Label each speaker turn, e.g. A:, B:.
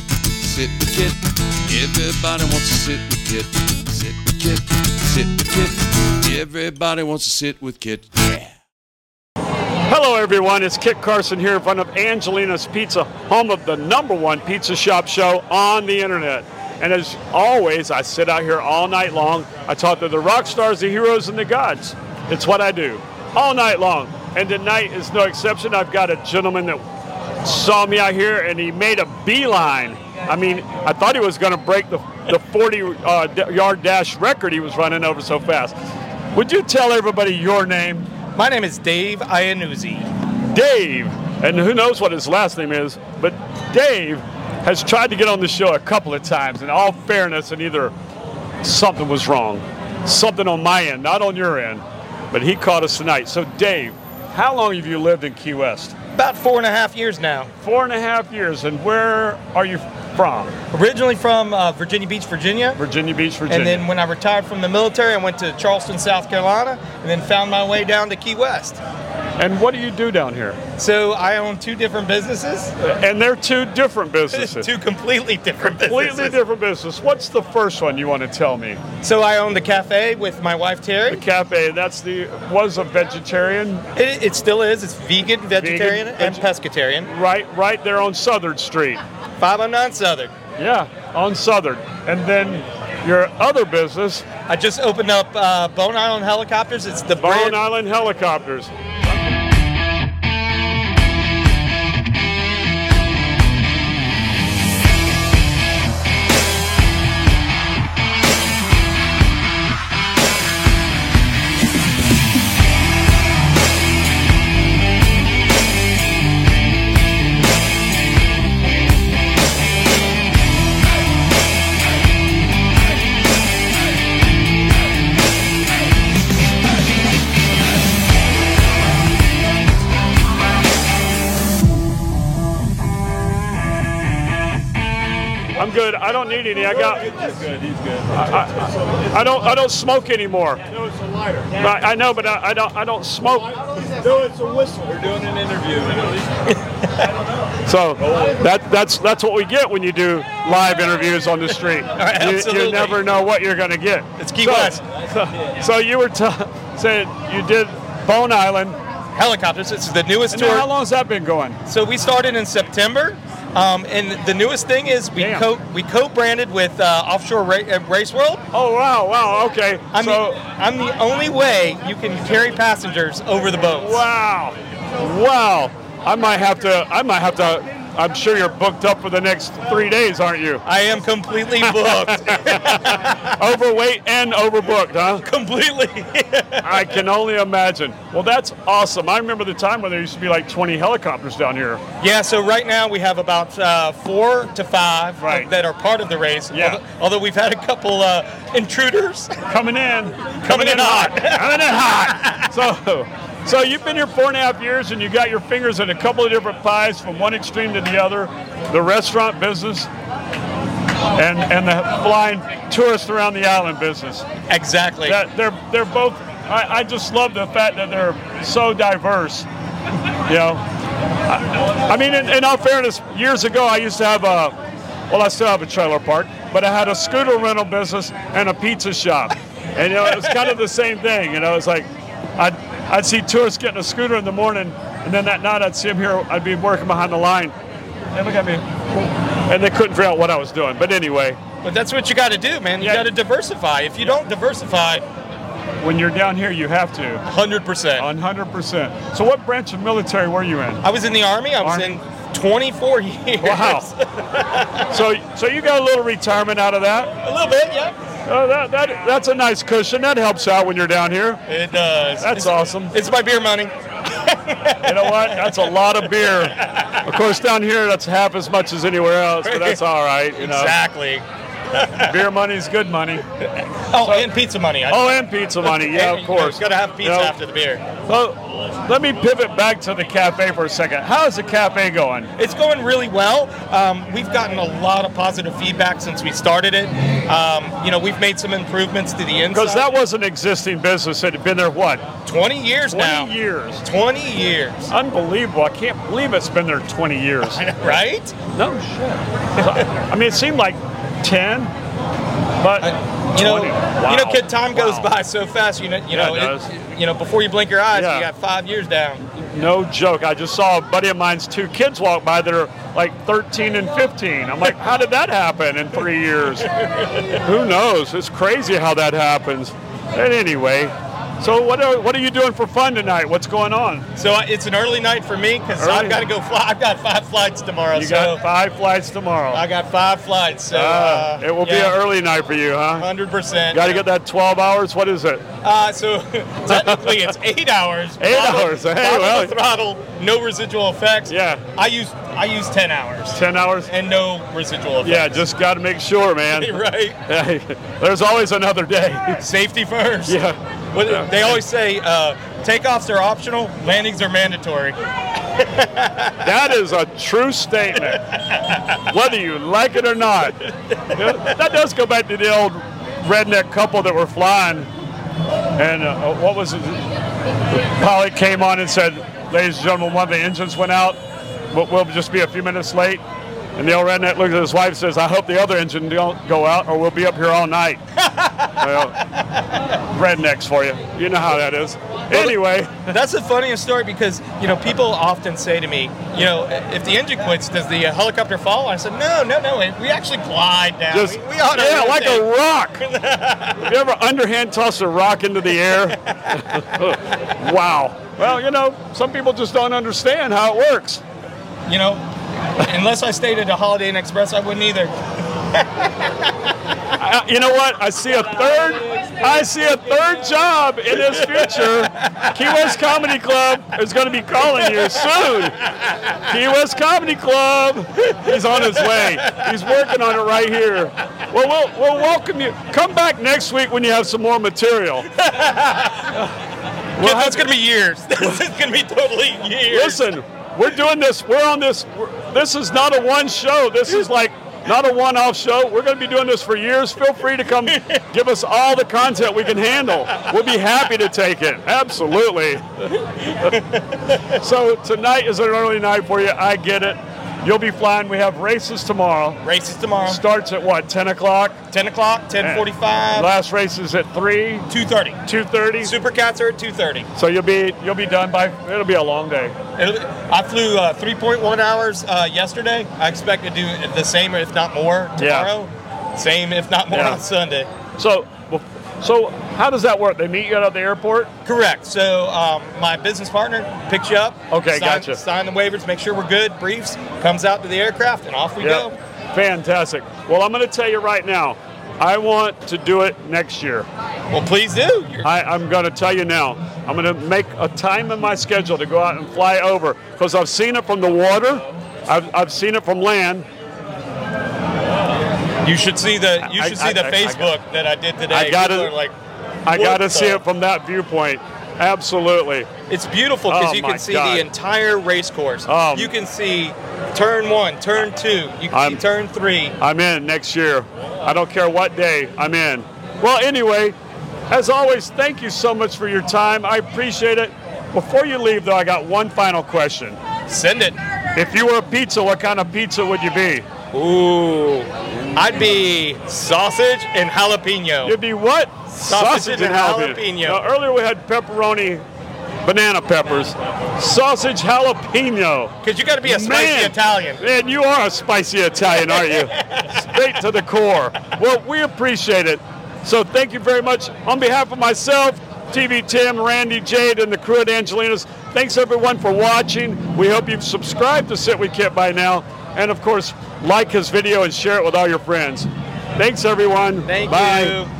A: sit with Kit. Everybody wants to sit with Kit. Sit with Kit. Sit with Kit. Everybody wants to sit with Kit. Yeah.
B: Hello, everyone. It's Kit Carson here in front of Angelina's Pizza, home of the number one pizza shop show on the internet. And as always, I sit out here all night long. I talk to the rock stars, the heroes, and the gods. It's what I do all night long. And tonight is no exception. I've got a gentleman that saw me out here and he made a beeline. I mean, I thought he was going to break the, the 40 uh, d- yard dash record he was running over so fast. Would you tell everybody your name?
C: My name is Dave Iannuzzi.
B: Dave, and who knows what his last name is, but Dave has tried to get on the show a couple of times. In all fairness, and either something was wrong, something on my end, not on your end, but he caught us tonight. So, Dave, how long have you lived in Key West?
C: About four and a half years now.
B: Four and a half years, and where are you from?
C: Originally from uh, Virginia Beach, Virginia.
B: Virginia Beach, Virginia.
C: And then when I retired from the military, I went to Charleston, South Carolina, and then found my way down to Key West.
B: and what do you do down here?
C: So I own two different businesses.
B: And they're two different businesses.
C: two completely different
B: Completely
C: businesses.
B: different business. What's the first one you want to tell me?
C: So I own the cafe with my wife Terry.
B: The cafe. That's the was a vegetarian
C: It, it still is. It's vegan, vegetarian, and
B: veg-
C: pescatarian.
B: Right, right there on Southern Street.
C: 509 Southern.
B: Yeah, on Southern. And then your other business,
C: I just opened up uh, Bone Island Helicopters. It's the
B: Bone
C: brand-
B: Island Helicopters. I'm good. I don't need any. I got. He's good. He's good. I, I, I don't. I don't smoke anymore. No, it's a lighter. I, I know, but I, I don't. I don't smoke.
D: No, it's a whistle. We're doing an interview.
B: So that that's that's what we get when you do live interviews on the street. You- you,
C: absolutely.
B: never know what you're going to get.
C: It's Key
B: so,
C: West.
B: So, so you were t- saying you did Bone Island.
C: Helicopters. It's the newest
B: And
C: tour.
B: now how long's that been going?
C: So we started in September, um, and the newest thing is we
B: Damn.
C: co we co-branded with uh, Offshore Ra- uh, Race World.
B: Oh wow, wow, okay.
C: I'm,
B: so
C: the, I'm the only way you can carry passengers over the boats.
B: wow, wow. I might have to. I might have to. I'm sure you're booked up for the next three days, aren't you?
C: I am completely booked.
B: Overweight and overbooked, huh?
C: completely.
B: I can only imagine. Well, that's awesome. I remember the time when there used to be like 20 helicopters down here.
C: yeah. So right now we have about uh, four to five
B: Right.
C: that are part of the race.
B: Yeah.
C: Although, although we've had a couple uh, intruders.
B: Coming in,
C: Coming in hot.
B: coming in hot. So, so you've been here four and a half years, and you got your fingers in a couple of different pies from one extreme to the other, the restaurant business, and and the flying tourists around the island business.
C: exactly.
B: That they're they're both. I, I just love the fact that they're so diverse. You know, I, I mean, in, in all fairness, years ago I used to have a, well, I still have a trailer park, but I had a scooter rental business and a pizza shop, and you know it was kind of the same thing. You know, it's like I'd I'd see tourists getting a scooter in the morning, and then that night I'd see them here. I'd be working behind the line. They look at me, and they couldn't figure out what I was doing. But anyway,
C: But that's what you got to do, man. You
B: Yeah.
C: got to diversify. If you don't diversify,
B: when you're down here, you have to.
C: 100%.
B: One hundred percent. So, what branch of military were you in?
C: I was in the army. I was
B: Army.
C: in 24 years.
B: Wow. so, so you got a little retirement out of that.
C: a little bit, yeah.
B: Oh, that, that that's a nice cushion. That helps out when you're down here.
C: It does.
B: That's awesome.
C: It's my beer money.
B: You know what? That's a lot of beer. Of course, down here that's half as much as anywhere else, but that's all right. You know.
C: Exactly.
B: Beer money's good money.
C: Oh, and pizza money. I-
B: Oh, and pizza money. Yeah,
C: You
B: of
C: know,
B: course.
C: Gotta have pizza
B: You know,
C: after the beer.
B: so let me pivot back to the cafe for a second. How's the cafe going?
C: It's going really well. Um, we've gotten a lot of positive feedback since we started it. Um, you know, we've made some improvements to the inside.
B: Because that was an existing business that had been there what
C: 20 years
B: 20
C: now.
B: years.
C: 20 years,
B: Unbelievable! I can't believe it's been there 20 years.
C: right?
B: No shit. I mean, it seemed like 10, but
C: You know,
B: 20. Wow.
C: you know, kid. Time goes
B: Wow.
C: by so fast. You know, you
B: Yeah,
C: know,
B: it does.
C: you know. Before you blink your eyes,
B: Yeah.
C: you got five years down.
B: No joke. I just saw a buddy of mine's two kids walk by that are like 13 and 15. I'm like, how did that happen in three years? Who knows? It's crazy how that happens. And anyway, so what are, what are you doing for fun tonight? What's going on?
C: So I, it's an early night for me because
B: Early.
C: I've got to go fly. I've got five flights tomorrow.
B: You
C: so
B: got five flights tomorrow.
C: I got five flights. So
B: Ah,
C: uh,
B: it will be an early night for you, huh?
C: Hundred percent.
B: Got to get that 12 hours. What is it?
C: Uh, so technically, it's eight hours.
B: Eight
C: Throttle-
B: hours, hey,
C: throttle
B: well-
C: to throttle, no residual effects.
B: Yeah.
C: I use I use ten hours
B: 10 hours?
C: and no residual effects.
B: Yeah, just got to make sure, man.
C: right.
B: There's always another day.
C: Safety first.
B: Yeah.
C: What-
B: Yeah.
C: They always say uh, takeoffs are optional, landings are mandatory.
B: That is a true statement, whether you like it or not. You know, that does go back to the old redneck couple that were flying, and uh, what was it? The pilot came on and said, "Ladies and gentlemen, one of the engines went out. We'll, we'll just be a few minutes late." And the old redneck looked at his wife and says, "I hope the other engine don't go out, or we'll be up here all night." well, rednecks for you. You know how that is. Anyway,
C: That's the funniest story because you know people often say to me, you know, if the engine quits, does the uh, helicopter fall? I said, no, no, no. We we actually glide down.
B: Just
C: we, we ought to
B: yeah, like
C: rotate.
B: a rock. Have you ever underhand toss a rock into the air? wow. Well, you know, some people just don't understand how it works.
C: You know, unless I stayed at a Holiday Inn Express, I wouldn't either.
B: I, you know what? I see a third. I see a third job in his future. Key West Comedy Club is going to be calling you soon. Key West Comedy Club. He's on his way. He's working on it right here. Well, we'll, we'll welcome you. Come back next week when you have some more material.
C: Kid, that's gonna be years. this is gonna be totally years.
B: Listen, we're doing this. We're on this. We're, this is not a one show. This is like not a one-off show. We're going to be doing this for years. Feel free to come give us all the content we can handle. We'll be happy to take it. Absolutely. so tonight is an early night for you. I get it. You'll be flying. We have races tomorrow.
C: Races tomorrow.
B: Starts at what? 10 o'clock.
C: 10 o'clock, 10:45,
B: Last race is at three,
C: 2:30.
B: two thirty.
C: Supercats are at 2:30.
B: So you'll be you'll be done by. It'll be a long day.
C: It'll- I flew uh, 3.1 hours uh, yesterday. I expect to do the same, if not more,
B: Yeah.
C: tomorrow. Same, if not more,
B: Yeah.
C: on Sunday.
B: So, well, so how does that work? They meet you out at the airport.
C: Correct. So um, my business partner picks you up.
B: Okay,
C: sign,
B: gotcha.
C: Sign the waivers, make sure we're good. Briefs comes out to the aircraft, and off we go.
B: Fantastic. Well, I'm going to tell you right now. I want to do it next year.
C: Well, please do. You're-
B: I, I'm going to tell you now. I'm going to make a time in my schedule to go out and fly over because I've seen it from the water. I've, I've seen it from land.
C: you should see the you
B: I-
C: should
B: I-
C: see the
B: I- I
C: Facebook that I did today.
B: I got
C: People
B: it.
C: are Like,
B: I
C: What
B: got to
C: the-
B: see it from that viewpoint. Absolutely.
C: It's beautiful because
B: Oh,
C: you
B: my
C: can see
B: God.
C: the entire race course.
B: Oh.
C: you can see turn one, turn two. You can
B: I'm-
C: see turn three.
B: I'm in next year. I don't care what day, I'm in. Well, anyway, as always, thank you so much for your time. I appreciate it. Before you leave, though, I got one final question.
C: Send it.
B: If you were a pizza, what kind of pizza would you be?
C: Ooh, I'd be sausage and jalapeno.
B: You'd be what?
C: Sausage and jalapeno.
B: Now, earlier we had pepperoni, banana peppers, sausage jalapeno.
C: Because you got to be a spicy
B: Man.
C: Italian.
B: Man, you are a spicy Italian, aren't you? Straight to the core. Well, we appreciate it. So thank you very much. On behalf of myself, TV Tim, Randy, Jade, and the crew at Angelina's, thanks everyone for watching. We hope you've subscribed to Sit With Kit by now. And of course, like his video and share it with all your friends. Thanks everyone.
C: Thank
B: Bye.
C: you.